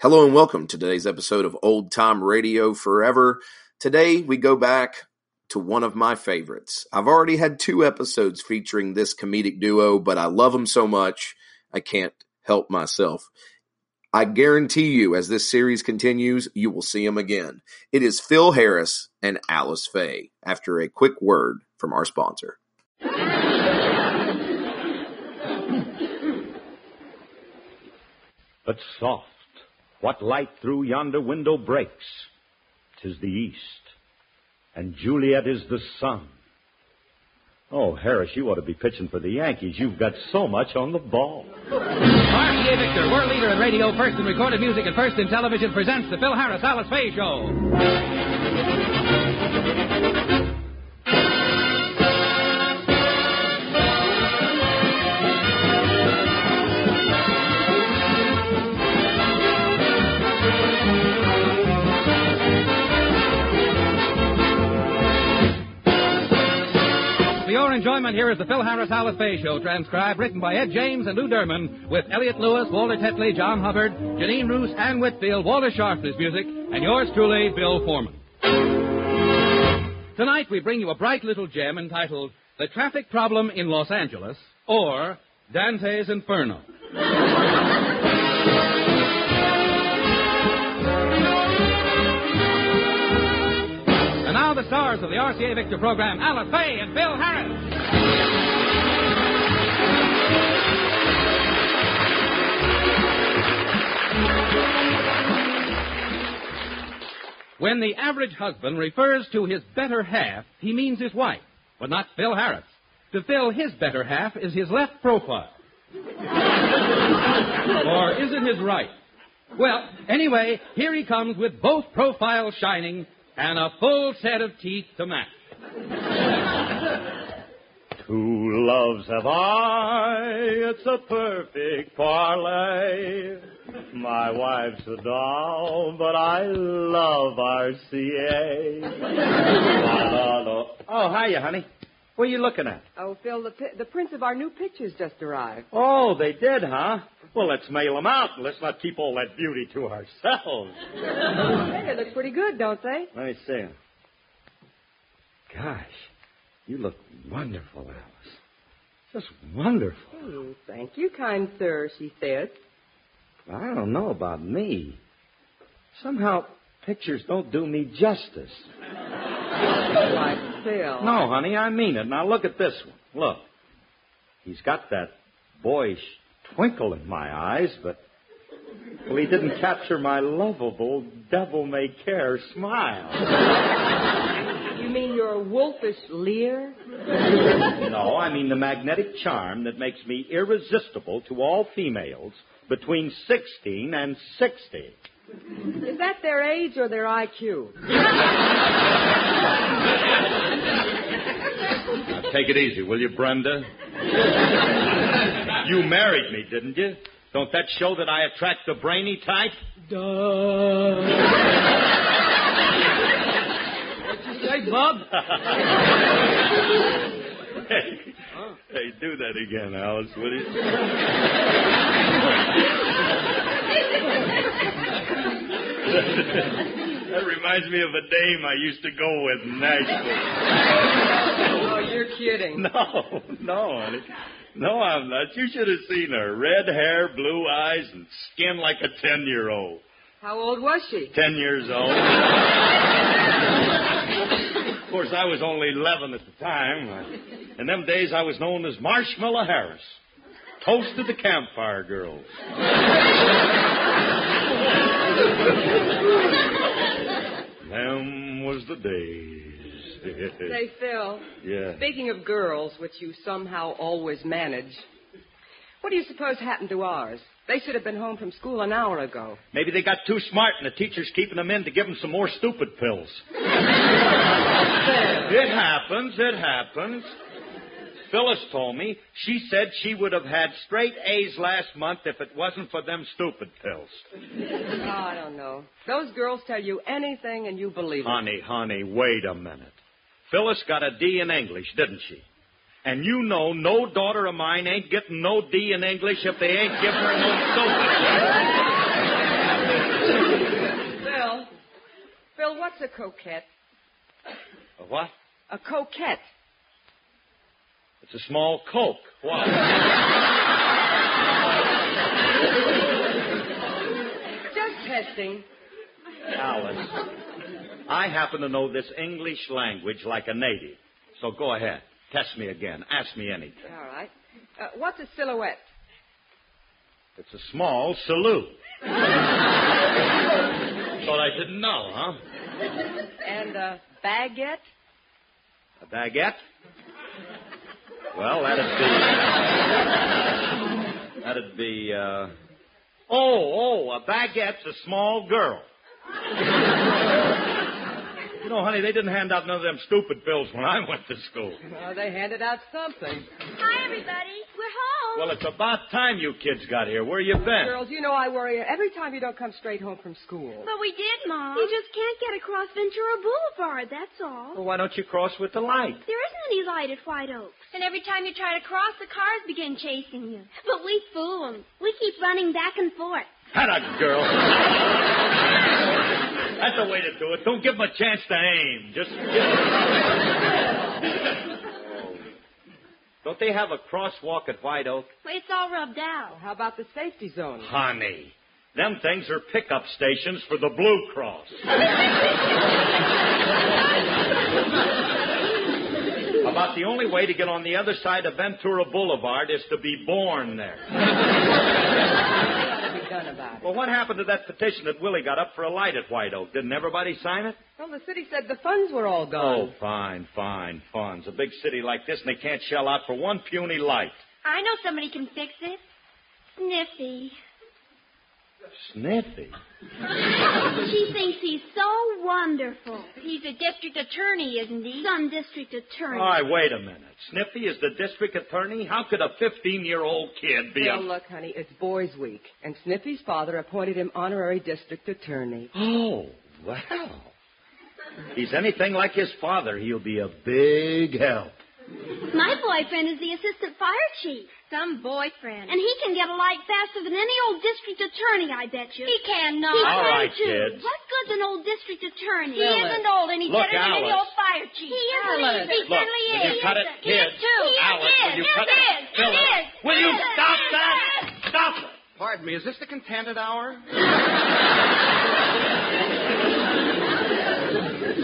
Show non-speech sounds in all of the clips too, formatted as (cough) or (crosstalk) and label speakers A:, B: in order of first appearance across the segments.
A: Hello and welcome to today's episode of Old Time Radio Forever. Today we go back to one of my favorites. I've already had two episodes featuring this comedic duo, but I love them so much I can't help myself. I guarantee you, as this series continues, you will see them again. It is Phil Harris and Alice Faye after a quick word from our sponsor.
B: But soft, what light through yonder window breaks? Tis the east, and Juliet is the sun. Oh, Harris, you ought to be pitching for the Yankees. You've got so much on the ball.
C: RCA E. Victor, world leader in radio first in recorded music and first in television, presents the Phil Harris Alice Faye Show. For your enjoyment, here is the Phil Harris Alice Faye Show, transcribed, written by Ed James and Lou Durman, with Elliot Lewis, Walter Tetley, John Hubbard, Janine Roos, Ann Whitfield, Walter Sharpness music, and yours truly, Bill Foreman. Tonight we bring you a bright little gem entitled The Traffic Problem in Los Angeles, or Dante's Inferno. And now the stars of the RCA Victor program, Alice Faye and Bill Harris. When the average husband refers to his better half, he means his wife, but not Phil Harris. To Phil, his better half is his left profile. or is it his right? Well, anyway, here he comes with both profiles shining and a full set of teeth to match.
B: Two loves have I, it's a perfect parlay. My wife's a doll, but I love (laughs) RCA. La, la, la. Oh, hiya, honey. What are you looking at?
D: Oh, Phil, the, pi- the prints of our new pictures just arrived.
B: Oh, they did, huh? Well, let's mail them out and let's not keep all that beauty to ourselves.
D: Hey, they look pretty good, don't they?
B: Let me see 'em. Gosh, you look wonderful, Alice. Just wonderful.
D: Hmm, thank you, kind sir, she says.
B: I don't know about me. Somehow, pictures don't do me justice.
D: Why, Phil.
B: No, honey, I mean it. Now look at this one. Look. He's got that boyish twinkle in my eyes, but. Well, he didn't capture my lovable, devil may care smile.
D: You mean your wolfish leer?
B: No, I mean the magnetic charm that makes me irresistible to all females between 16 and 60.
D: Is that their age or their IQ?
B: Take it easy, will you, (laughs) Brenda? you married me, didn't you? Don't that show that I attract the brainy type?
C: Say, Bob,
B: Hey, hey, do that again, Alice, will you? that reminds me of a dame I used to go with in Nashville.
D: Oh, you're kidding.
B: No, no, honey. No, I'm not. You should have seen her. Red hair, blue eyes, and skin like a ten year old.
D: How old was she?
B: Ten years old. of course, I was only eleven at the time. In them days, I was known as Marshmallow Harris. Toasted the campfire girls. them was the days.
D: Say, Phil,
B: yeah.
D: speaking of girls, which you somehow always manage, What do you suppose happened to ours? They should have been home from school an hour
B: (laughs)
D: ago.
B: Maybe they got too smart and the teacher's keeping them in to give them some more stupid pills. it happens, it happens. Phyllis told me she said she would have had straight A's last month if it wasn't for them stupid pills.
D: Oh, I don't know. Those girls tell you anything and you believe it.
B: Honey, honey, wait a minute. Phyllis got a D in English, didn't she? And you know no daughter of mine ain't getting no D in English if they ain't giving her no stupid pills.
D: Phil. Phil, what's a coquette?
B: A What?
D: A coquette.
B: It's a small Coke. Why?
D: Just testing.
B: Alice, I happen to know this English language like a native. So go ahead. Test me again. Ask me anything.
D: All right. Uh, what's a silhouette?
B: It's a small salute. Thought I didn't know, huh?
D: And a baguette?
B: A baguette? Well, that'd be. That'd be, uh. Oh, oh, a baguette's a small girl. you know, honey, they didn't hand out none of them stupid pills when I went to school.
D: Well, they handed out something.
E: Hi, everybody. We're home.
B: Well, it's about time you kids got here. Where you been?
D: Girls, you know I worry every time you don't come straight home from school.
E: but we did, Mom. You just can't get across Ventura Boulevard, that's all.
B: Well, why don't you cross with the light?
E: There isn't any light at White Oaks. And every time you try to cross, the cars begin chasing you. But we fool 'em. We keep running back and forth.
B: Had a girl. That's the way to do it. Don't give them a chance to aim. Just. Don't they have a crosswalk at White Oak?
E: Well, It's all rubbed out.
D: How about the safety zone?
B: Honey, them things are pickup stations for the Blue Cross. About the only way to get on the other side of Ventura Boulevard is to be born there.
D: What have we done about it?
B: Well, what happened to that petition that Willie got up for a light at White Oak? Didn't everybody sign it?
D: Well, the city said the funds were all
B: Oh,
D: gone.
B: fine, fine, fine. It's a big city like this, and they can't shell out for one puny light.
E: I know somebody can fix it. Sniffy.
B: Sniffy.
E: She thinks he's so wonderful. He's a district attorney, isn't he? Some district
B: All
E: attorney.
B: right, wait a minute. Sniffy is the district attorney? How could a 15 year old kid be a.
D: Well, look, honey, it's Boys Week, and Sniffy's father appointed him honorary district attorney.
B: Oh, well. He's anything like his father, he'll be a big help.
E: My boyfriend is the assistant fire chief. Some boyfriend. And he can get a light faster than any old district attorney, I bet you. He can not. He
B: All
E: can
B: right,
E: too.
B: kids.
E: What good's an old district attorney? He
D: Phyllis.
E: isn't old, and he's
B: Look,
E: better than any
B: Alice.
E: old fire chief. He isn't.
D: Alice.
E: He
B: Look,
E: certainly
B: will
E: is.
B: you cut it,
E: He
B: kid?
E: is, too. He
B: Alice, will you
E: is.
B: cut
E: Yes,
B: it?
E: is.
B: Phyllis,
E: It is.
B: will you
E: It is.
B: stop
E: It
B: that?
E: is.
B: Stop it!
F: Pardon me, is this the contented hour?
B: (laughs)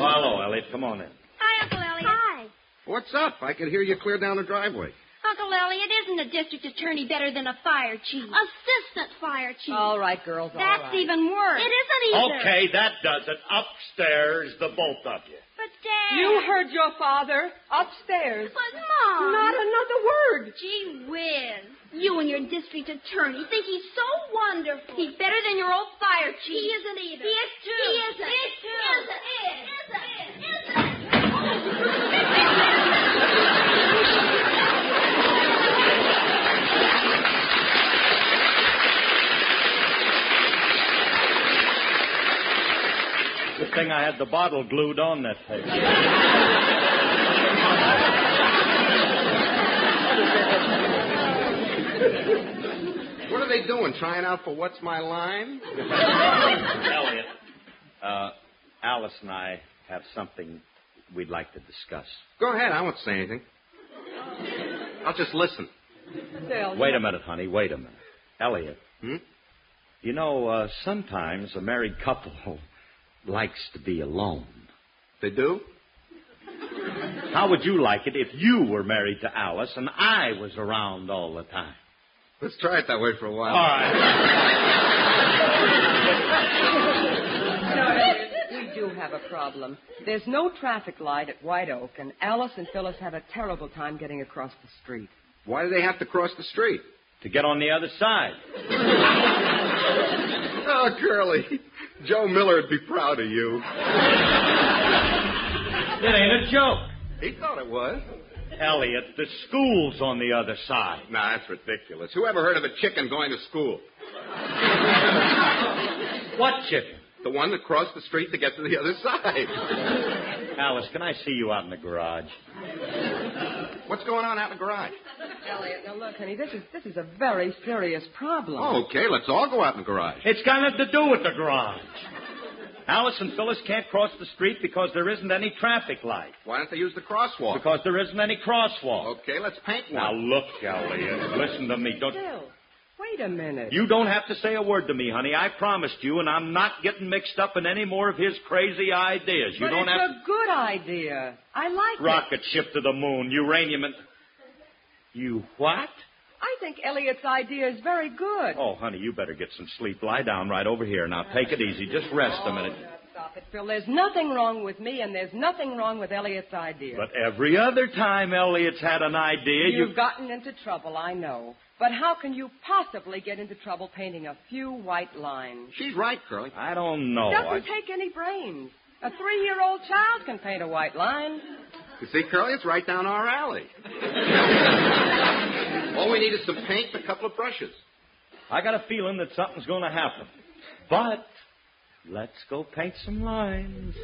B: Oh, hello, Elliot. Come on in.
E: Hi, Uncle Elliot. Hi.
F: What's up? I could hear you clear down the driveway.
E: Uncle Elliot isn't a district attorney better than a fire chief. Assistant fire chief.
D: All right, girls, all
E: That's
D: right.
E: even worse. It isn't
B: Okay, that does it. Upstairs, the both of you.
E: But, Dad.
D: You heard your father upstairs.
E: But, Mom.
D: Not another word.
E: Gee whiz. You and your district attorney think he's so wonderful. He's better than your old fire chief. He isn't either. He is too. He isn't. He too. Isn't. Isn't.
B: Good thing I had the bottle glued on that page.
F: What are they doing? Trying out for What's My Line?
B: Elliot, uh, Alice and I have something we'd like to discuss.
F: Go ahead, I won't say anything. I'll just listen.
D: Phil,
B: Wait a minute, honey. Wait a minute. Elliot.
F: Hmm?
B: You know, uh, sometimes a married couple likes to be alone.
F: They do?
B: How would you like it if you were married to Alice and I was around all the time?
F: Let's try it that way for a while.
B: All right.
D: No, Elliot, we do have a problem. There's no traffic light at White Oak, and Alice and Phyllis have a terrible time getting across the street.
F: Why do they have to cross the street?
B: to get on the other side.
F: Oh, Curly, Joe Miller would be proud of you.
B: It ain't a joke.
F: He thought it was.
B: Elliot, the school's on the other side.
F: Nah, that's ridiculous. Whoever heard of a chicken going to school?
B: What chicken?
F: The one that crossed the street to get to the other (laughs) side.
B: Alice, can I see you out in the garage?
F: What's going on out in the garage?
D: Elliot, now look, honey, this is this is a very serious problem.
F: Oh, okay, let's all go out in the garage.
B: It's got nothing to do with the garage. Alice and Phyllis can't cross the street because there isn't any traffic light.
F: Why don't they use the crosswalk?
B: Because there isn't any crosswalk.
F: Okay, let's paint one.
B: Now look, Elliot. Listen to me. Don't
D: Bill, wait a minute.
B: you don't have to say a word to me, honey. I promised you, and I'm not getting mixed up in any more of his crazy ideas. You
D: but
B: don't
D: it's
B: have
D: a good idea. I like
B: to rocket ship to the moon, uranium and You what?
D: it. I think Elliot's idea is very good.
B: Oh, honey, you better get some sleep. Lie down right over here. Now take it easy. Just rest a minute.
D: Oh, Stop it, Phil. There's nothing wrong with me, and there's nothing wrong with Elliot's idea.
B: But every other time Elliot's had an idea,
D: You've gotten into trouble, I know. But how can you possibly get into trouble painting a few white lines?
F: She's right, Curly.
B: I don't know.
D: It doesn't
B: Oh, I-
D: take any brains. A three-year-old child can paint a white line.
F: You see, Curly, it's right down our alley.
B: (laughs)
F: All we need is some paint and a couple of brushes.
B: I got a feeling that something's going to happen. But let's go paint some lines.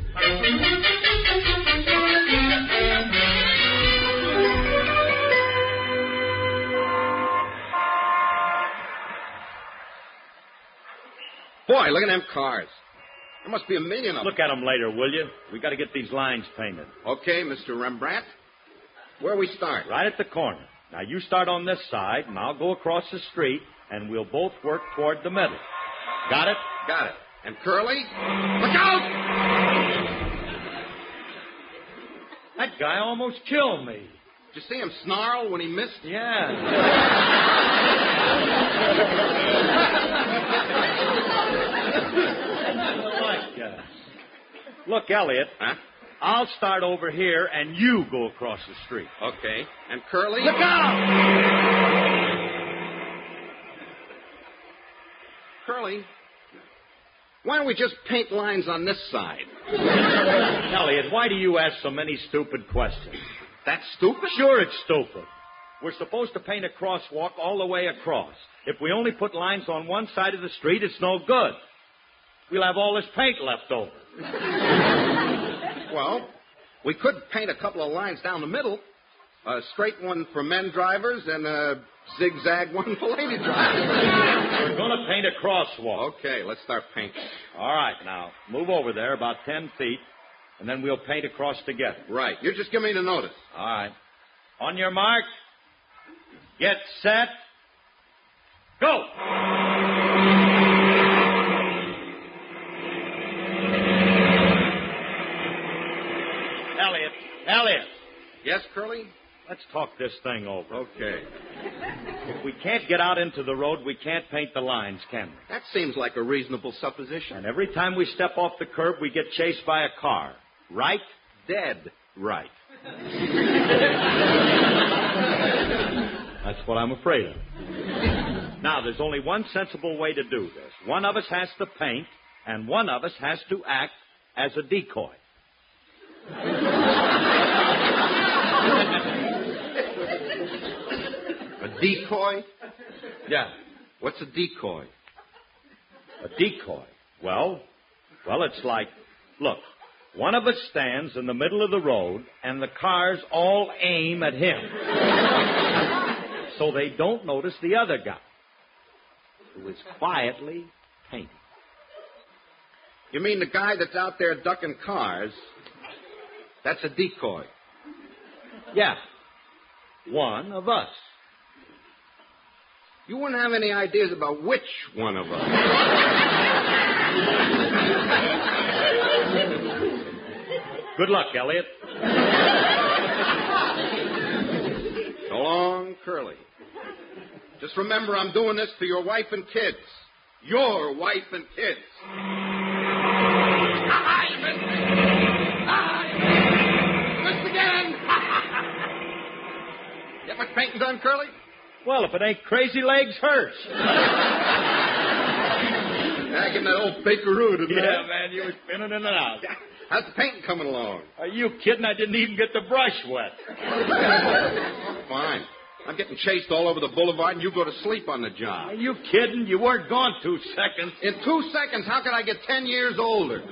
F: Boy, look at them cars. There must be a million of them.
B: Look at 'em later, will you? We got to get these lines painted
F: Okay, Mr. Rembrandt. Where we start?
B: right at the corner. Now you start on this side, and I'll go across the street, and we'll both work toward the middle. Got it?
F: Got it. And Curly? Look out!
B: That guy almost killed me.
F: Did you see him snarl when he missed?
B: Yeah. Like, uh, Look, Elliot,
F: Huh?
B: I'll start over here and you go across the street.
F: Okay. And Curly?
B: Look out!
F: Curly, why don't we just paint lines on this side?
B: Elliot, why do you ask so many stupid questions?
F: That's stupid.
B: Sure, it's stupid. We're supposed to paint a crosswalk all the way across. If we only put lines on one side of the street, it's no good. We'll have all this paint left over.
F: Well, we could paint a couple of lines down the middle. A straight one for men drivers and a zigzag one for lady drivers.
B: We're going to paint a crosswalk.
F: okay, let's start painting.
B: All right, now, move over there about 10 feet, and then we'll paint across together.
F: Right. You just give me the notice.
B: All right. On your mark. Get set. Go. Elliot, Elliot,
F: Yes, Curly?
B: let's talk this thing over.
F: Okay.
B: If we can't get out into the road, we can't paint the lines, can we?
F: That seems like a reasonable supposition.
B: And every time we step off the curb, we get chased by a car. Right?
F: Dead right.
B: That's what I'm afraid of. now, there's only one sensible way to do this. One of us has to paint, and one of us has to act as a decoy.
F: A decoy?
B: Yeah.
F: What's a decoy?
B: A decoy. Well, well, it's like, look, one of us stands in the middle of the road, and the cars all aim at him. so they don't notice the other guy, who is quietly painting.
F: You mean the guy that's out there ducking cars? That's a decoy.
B: Yeah. One of us.
F: You wouldn't have any ideas about which one of us.
B: Good luck, Elliot.
F: So long, Curly. Just remember, I'm doing this for your wife and kids. Your wife and kids. Ah, you missed me. Ah, you missed again. Get my painting done, Curly?
B: Well, if it ain't crazy legs, hers.
F: Back in that old bakeroo tonight.
B: Yeah, man, you were spinning in and out.
F: How's the painting coming along?
B: Are you kidding? I didn't even get the brush wet.
F: Fine. I'm getting chased all over the boulevard, and you go to sleep on the job.
B: Are you kidding? You weren't gone two seconds.
F: In two seconds, how can I get ten years older?
B: Oh,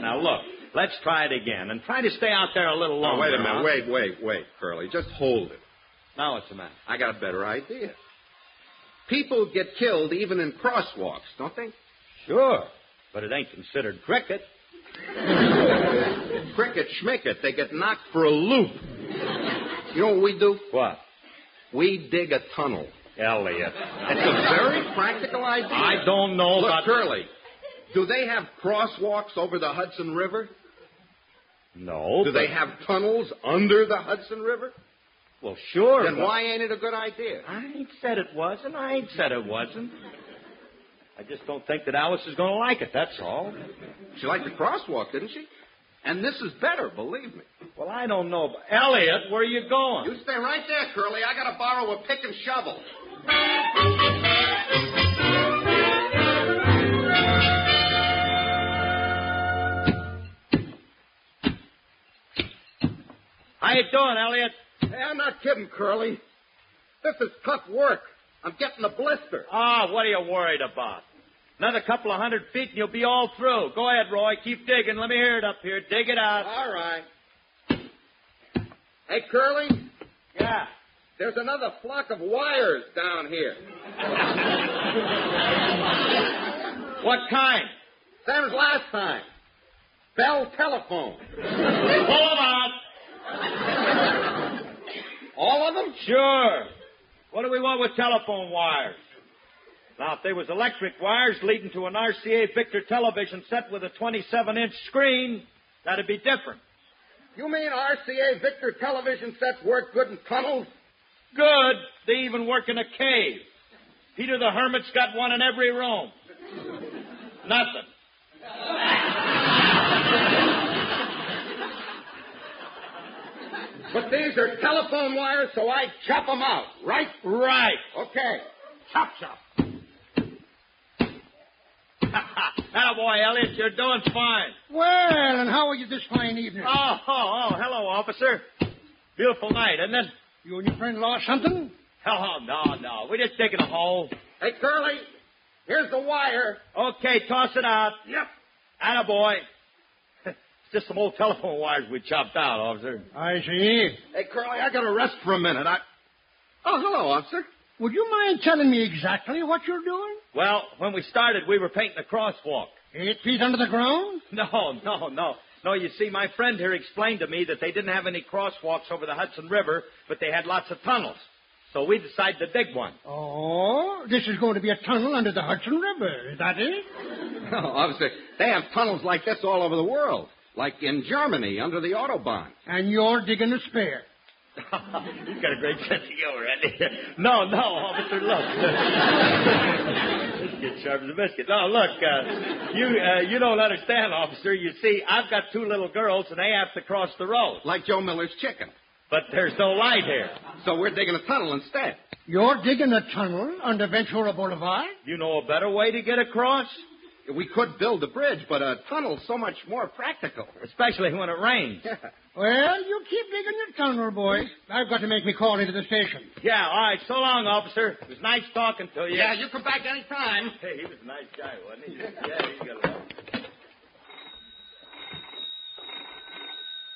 B: now look, let's try it again, and try to stay out there a little
F: Now,
B: longer.
F: Oh, wait a
B: huh?
F: minute. Wait, wait, wait, Curly. Just hold it.
B: Now what's the matter?
F: I got a better idea. People get killed even in crosswalks, don't they?
B: Sure, but it ain't considered cricket.
F: Cricket, schmicket, they get knocked for a loop. You know what we do?
B: What?
F: We dig a tunnel.
B: Elliot.
F: It's a very practical idea.
B: I don't know
F: Look,
B: about
F: Curly, do they have crosswalks over the Hudson River?
B: No.
F: Do they
B: but-
F: have tunnels under the Hudson River?
B: Well, sure.
F: Then
B: but-
F: why ain't it a good idea?
B: I ain't said it wasn't. I ain't said it wasn't. I just don't think that Alice is going to like it. That's all.
F: She liked the crosswalk, didn't she? And this is better, believe me.
B: Well, I don't know. But Elliot, where are you going?
F: You stay right there, Curly. I gotta borrow a pick and shovel.
B: How you doing, Elliot?
F: Hey, I'm not kidding, Curly. This is tough work. I'm getting a blister.
B: Ah, what are you worried about? Another couple of hundred feet and you'll be all through. Go ahead, Roy. Keep digging. Let me hear it up here. Dig it out.
F: All right. Hey, Curly,
B: Yeah.
F: there's another flock of wires down here.
B: (laughs) What kind?
F: Same as last time. Bell telephone.
B: Pull 'em out.
F: All of them?
B: Sure. What do we want with telephone wires? Now, if they was electric wires leading to an RCA Victor television set with a 27-inch screen, that'd be different.
F: You mean RCA Victor television sets work good in tunnels?
B: Good. They even work in a cave. Peter the Hermit's got one in every room. Nothing.
F: But these are telephone wires, so I chop them out, right?
B: Right.
F: Okay. Chop, chop.
B: (laughs) Atta boy, Elliot, you're doing fine.
G: Well, and how are you this fine evening?
B: Oh, oh, oh, hello, officer. Beautiful night, isn't it?
G: You and your friend lost something?
B: Oh, no, no. We're just digging a hole.
F: Hey, Curly, here's the wire.
B: Okay, toss it out.
F: Yep.
B: Atta boy. (laughs) It's just some old telephone wires we chopped out, officer.
G: I see.
F: Hey, Curly, I gotta rest for a minute. I. Oh, hello, officer.
G: Would you mind telling me exactly what you're doing?
B: Well, when we started, we were painting a crosswalk.
G: Eight feet under the ground?
B: (laughs) No, no, no. No, you see, my friend here explained to me that they didn't have any crosswalks over the Hudson River, but they had lots of tunnels. So we decided to dig one.
G: Oh, this is going to be a tunnel under the Hudson River. Is that it?
F: No, (laughs) officer, they have tunnels like this all over the world, like in Germany under the autobahn.
G: And you're digging a spare.
B: (laughs) You've got a great sense of humor, Andy. (laughs) No, no, officer,
G: (laughs)
B: look. this gets sharp as a biscuit. No, look, uh, you uh, you don't understand, officer. You see, I've got two little girls, and they have to cross the road.
F: Like Joe Miller's chicken.
B: But there's no light here.
F: So we're digging a tunnel instead.
G: You're digging a tunnel under Ventura Boulevard?
B: You know a better way to get across?
F: We could build a bridge, but a tunnel's so much more practical. (laughs)
B: Especially when it rains.
G: Well, you keep digging your tunnel, boy. I've got to make me call into the station.
B: Yeah, all right. So long, officer. It was nice talking to you.
F: Yeah, you come back anytime.
B: Hey, he was a nice guy, wasn't he? Yeah, he got along.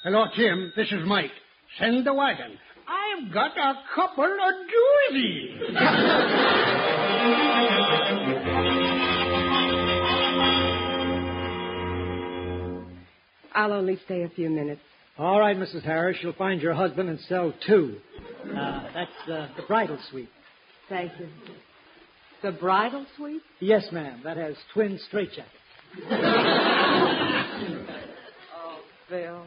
G: Hello, Tim. This is Mike. Send the wagon. I've got a couple of doozies.
D: I'll only stay a few minutes.
H: All right, Mrs. Harris, you'll find your husband in cell two. Uh, that's uh, the bridal suite.
D: Thank you. The bridal suite?
H: Yes, ma'am. That has twin straitjackets.
D: Oh, Phil.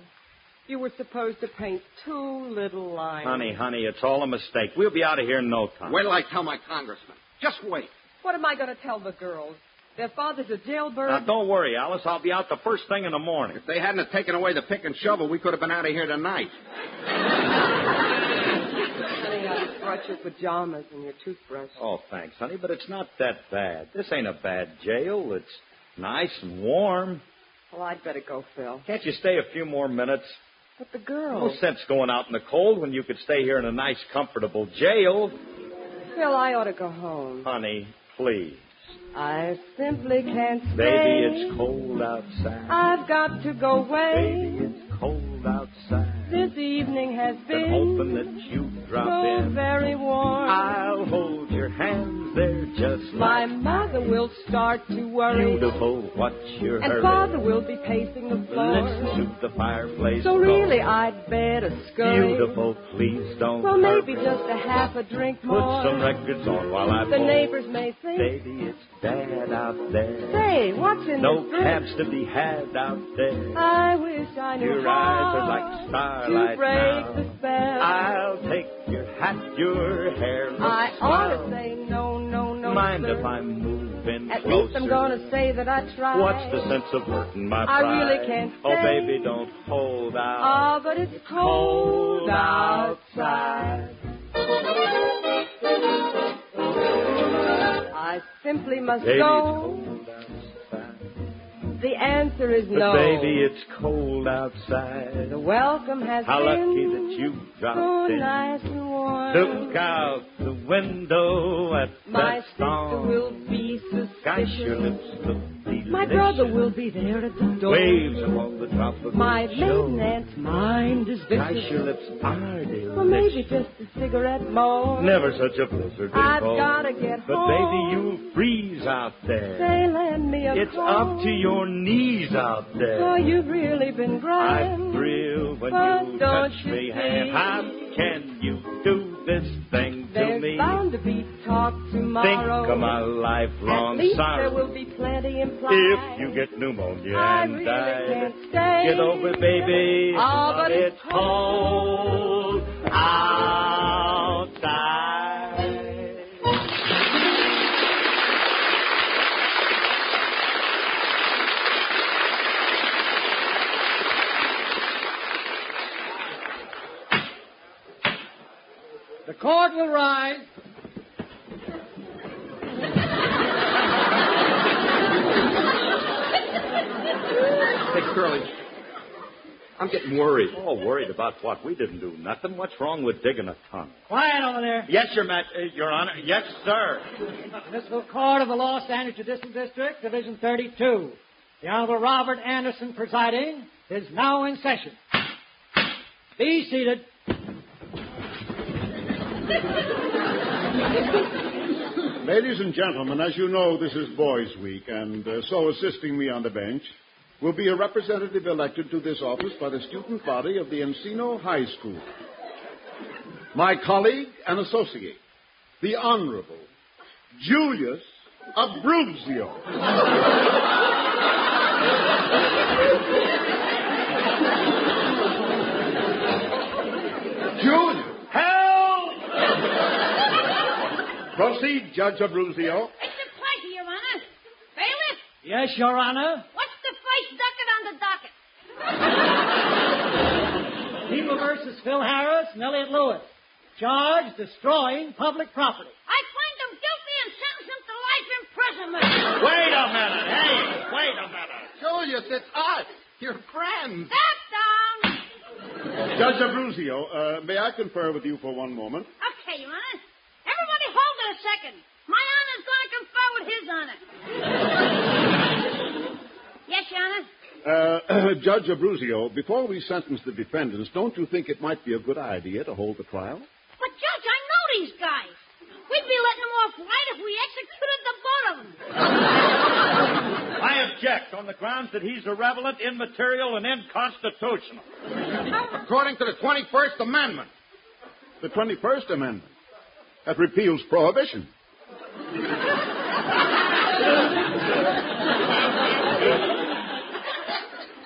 D: You were supposed to paint two little lines.
B: Honey, honey, it's all a mistake. We'll be out of here in no time.
F: Wait till I tell my congressman. Just wait.
D: What am I going to tell the girls? Their father's a jailbird.
B: Now, don't worry, Alice. I'll be out the first thing in the morning.
F: If they hadn't have taken away the pick and shovel, we could have been out of here tonight.
D: Honey, I'm afraid brought your pajamas and your toothbrush.
B: Oh, thanks, honey, but it's not that bad. This ain't a bad jail. It's nice and warm.
D: Well, I'd better go, Phil.
B: Can't you stay a few more minutes?
D: But the girls.
B: No sense going out in the cold when you could stay here in a nice, comfortable jail.
D: Phil, I ought to go home.
B: Honey, please.
D: I simply can't stay.
B: Baby, it's cold outside.
D: I've got to go away.
B: Baby, it's cold outside.
D: This evening has
B: Been
D: been
B: hoping that you drop
D: so
B: in.
D: very warm.
B: I'll hold your hands there just
D: My
B: like
D: mother will start to worry.
B: beautiful. What's your
D: And
B: hurry?
D: father will be pacing the floor.
B: Listen to the fireplace.
D: So
B: go.
D: really, I'd better scurry.
B: Beautiful, please don't
D: Well, maybe
B: hurry.
D: just a half a drink
B: Put
D: more.
B: some records on while I
D: the
B: pull.
D: neighbors may think,
B: Baby, it's bad out there.
D: say, what's in
B: No
D: this drink?
B: cabs to be had out there.
D: I wish I knew
B: Your eyes are
D: how
B: like
D: to
B: starlight
D: break the
B: now.
D: spell.
B: I'll take your hat, your hair looks
D: I ought to
B: swell.
D: say no, no, no,
B: Mind
D: sir.
B: if I move in
D: At
B: closer?
D: least I'm going to say that I tried.
B: What's the sense of hurting my
D: I
B: pride?
D: really can't
B: Oh,
D: stay.
B: baby, don't hold out.
D: Ah, but it's cold outside. I simply must
B: baby,
D: go.
B: it's cold outside.
D: The answer is
B: But
D: no.
B: baby, it's cold outside.
D: the welcome has
B: How
D: been
B: lucky that you dropped
D: so
B: in.
D: nice and warm.
B: Look out the window at
D: My
B: that
D: sister
B: song.
D: will be
B: Gosh, your
D: suspicious.
B: lips look delicious.
D: My brother will be there at the door.
B: Waves upon the top of
D: My
B: the shore.
D: maiden aunt's mind is
B: Gosh,
D: vicious.
B: your lips are delicious.
D: Well, maybe just a cigarette more.
B: Never such a blizzard before.
D: I've gotta get
B: But baby,
D: home.
B: you'll freeze out there.
D: Say, lend me a
B: It's
D: call.
B: up to your knees out
D: Oh,
B: there.
D: you've really been
B: I
D: grand.
B: thrill when
D: But
B: you
D: don't
B: touch
D: you
B: me
D: see?
B: hand. How can you do this thing to
D: There's
B: me?
D: bound to be talk
B: Think
D: tomorrow.
B: of my
D: At
B: lifelong
D: least there
B: sorrow.
D: will be plenty implied.
B: If you get pneumonia
D: I
B: and
D: really
B: die,
D: can't stay.
B: get over, baby.
D: Oh, but it's
B: cold outside.
G: The court will rise.
F: Hey, Curly, I'm getting worried.
B: Oh, worried about what? We didn't do nothing. What's wrong with digging a tunnel?
H: Quiet over there.
B: Yes, Your, Mat- uh, Your Honor. Yes, sir.
H: Municipal Court of the Los Angeles Judicial District, Division 32. The Honorable Robert Anderson
C: Eh?
H: presiding is now in session. Be seated.
I: Ladies and gentlemen, as you know, this is Boys Week, and uh, so assisting me on the bench will be a representative elected to this office by the student body of the Encino High School. My colleague and associate, the Honorable Julius Abruzio. Julius! Help! Proceed, Judge Abruzio.
E: It's a pleasure, Your Honor. Bailiff,
H: Yes, Your Honor.
E: what's the first ducket on the docket?
H: People versus Phil Harris and Elliot Lewis. Charge destroying public property.
E: I find him guilty and sentence him to life imprisonment.
B: Wait a minute. Hey, wait a minute.
F: Julius, it's us, your friends.
E: Step down.
I: Judge Abruzio, uh, may I confer with you for one moment?
E: Okay, Your Honor. Everybody hold it a second. My honor's going to confer with his honor. yes, Your Honor.
I: Uh, (clears throat) Judge Abruzio, before we sentence the defendants, don't you think it might be a good idea to hold the trial?
E: But, Judge, I know these guys. We'd be letting them off right if we executed the both of them.
B: I object on the grounds that he's irrelevant, immaterial, and unconstitutional.
F: According to the 21st Amendment.
I: The 21st Amendment. That repeals prohibition.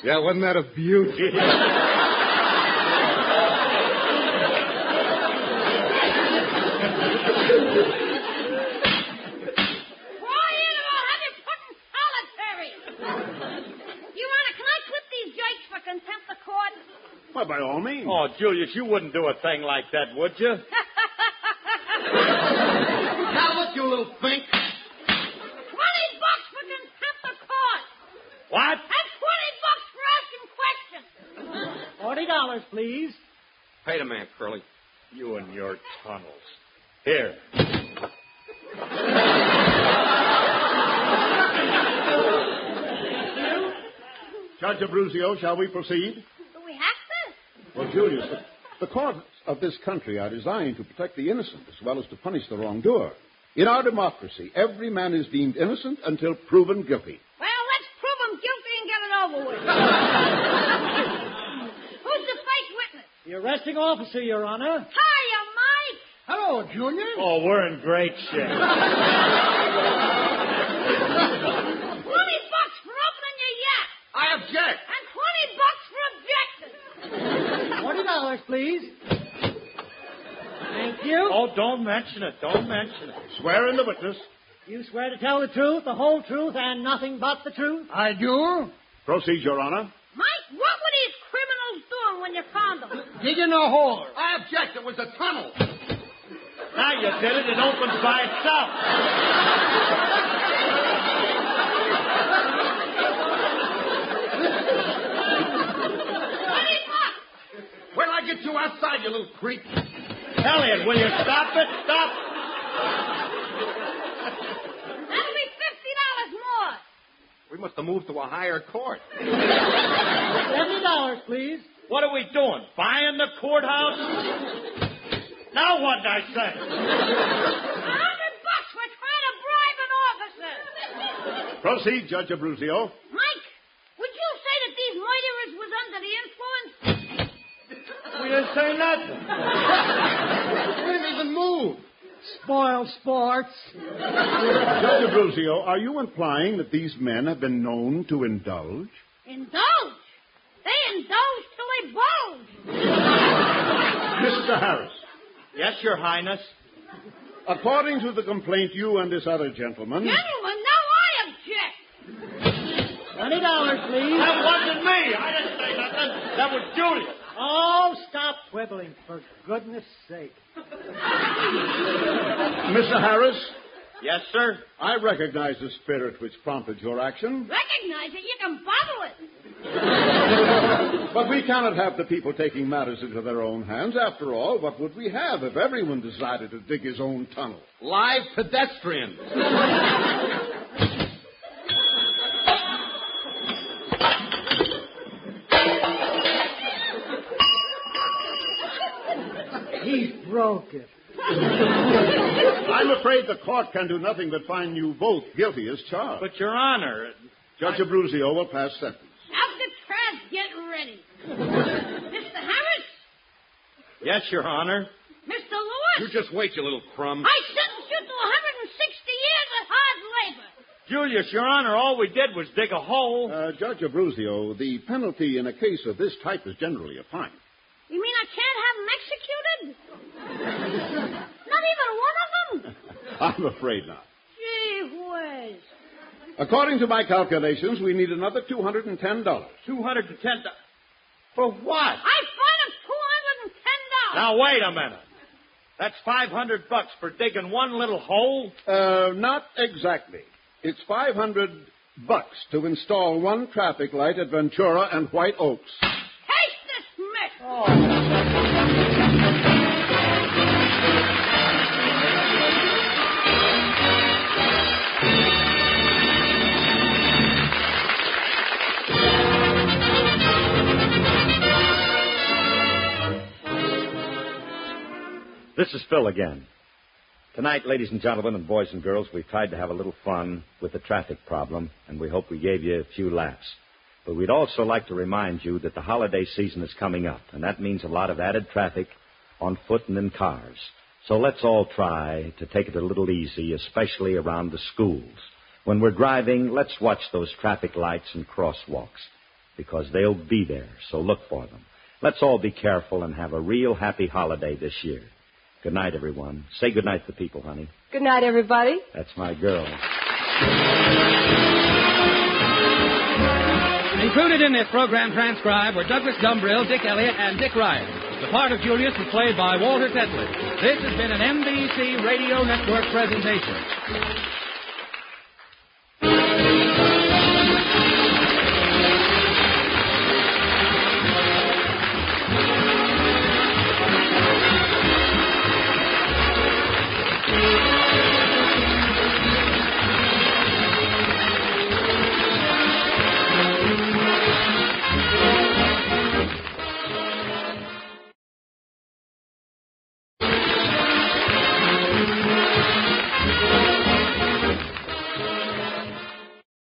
F: Yeah, wasn't that a beauty?
E: Quiet or I'll have you put in solitary. Your Honor, can I clip these judges for contempt of court?
I: Well, by all means.
F: Oh,
B: Oh, Julius, you wouldn't do a thing like that, would you?
J: little think?
E: Twenty bucks for contempt of court.
J: What?
E: And twenty bucks for asking questions.
H: Forty dollars, please.
J: Wait a minute, Curly.
K: You and your tunnels. Here.
F: Judge Abruzio, shall we proceed?
L: Do we have to?
F: Well, Julius, the, the courts of this country are designed to protect the innocent as well as to punish the wrongdoer. In our democracy, every man is deemed innocent until proven guilty.
E: Well, let's prove him guilty and get it over with. Who's the fake witness?
H: The arresting officer, Your Honor.
E: Hiya, Mike.
M: Hello, Junior.
K: Oh, we're in great shape.
E: Twenty bucks for opening your yak.
J: I object.
E: And twenty bucks for objecting.
H: Forty dollars, please. Thank you.
K: Oh, don't mention it. Don't mention it.
F: Swear in the witness.
H: You swear to tell the truth, the whole truth, and nothing but the truth?
M: I do.
F: Proceed, Your Honor.
E: Mike, what were these criminals doing when you found them?
M: Digging a hole.
J: I object. It was a tunnel.
K: Now you did it. It opens by itself.
E: Twenty bucks.
J: Where'll I get you outside, you little creep?
K: Elliot, will you stop it? Stop.
E: That'll be fifty dollars more.
J: We must have moved to a higher court.
H: Seventy dollars, please.
K: What are we doing? Buying the courthouse? Now what did I say?
E: A hundred bucks for trying to bribe an officer.
F: Proceed, Judge Abruzio.
E: Mike, would you say that these loiterers was under the influence?
K: We didn't say nothing.
J: We didn't even move.
H: Spoil sports.
F: Judge Abruzio, are you implying that these men have been known to indulge?
E: Indulge. They indulge till they bulge.
F: Mr. Harris,
K: Yes, Your Highness.
F: according to the complaint, you and this other gentleman.
E: Gentlemen, now I object.
H: Twenty dollars, please.
K: That wasn't me. I didn't say nothing. That was Julius.
H: Oh, stop quibbling, for goodness sake.
F: Mr. Harris,
K: Yes, sir.
F: I recognize the spirit which prompted your action,
E: Recognize it, you can bottle it.
F: but we cannot have the people taking matters into their own hands. After all, what would we have if everyone decided to dig his own tunnel?
J: Live pedestrians.
H: He broke it.
F: I'm afraid the court can do nothing but find you both guilty as charged.
K: But, Your Honor,
F: Judge Abruzio will pass sentence.
E: Alcatraz, get ready. (laughs) Mr. Harris,
K: yes, Your Honor.
E: Mr. Lewis,
J: You just wait, you little crumb.
E: I sentence you to 160 years of hard labor.
K: Julius, Your Honor, all we did was dig a hole.
F: Uh, Judge Abruzio, the penalty in a case of this type is generally a fine. (laughs)
E: You mean I can't have them executed? (laughs) Not even one of them?
F: I'm afraid not.
E: Gee whiz.
F: According to my calculations, we need another $210.
K: Two hundred and ten. For what?
E: I fought him two hundred and ten dollars.
K: Now wait a minute. That's five hundred bucks for digging one little hole.
F: Uh, not exactly. It's 500 bucks to install one traffic light at Ventura and White Oaks.
E: Taste this mess.
B: This is Phil again. Tonight, ladies and gentlemen, and boys and girls, we've tried to have a little fun with the traffic problem, and we hope we gave you a few laughs. But we'd also like to remind you that the holiday season is coming up, and that means a lot of added traffic on foot and in cars. So let's all try to take it a little easy, especially around the schools. When we're driving, let's watch those traffic lights and crosswalks because they'll be there, so look for them. Let's all be careful and have a real happy holiday this year. Good night, everyone. Say good night to the people, honey.
D: Good night, everybody.
B: That's my girl.
C: Included in this program transcribed were Douglas Dumbrill, Dick Elliott, and Dick Ryan. The part of Julius was played by Walter Tetley. This has been an NBC Radio Network presentation.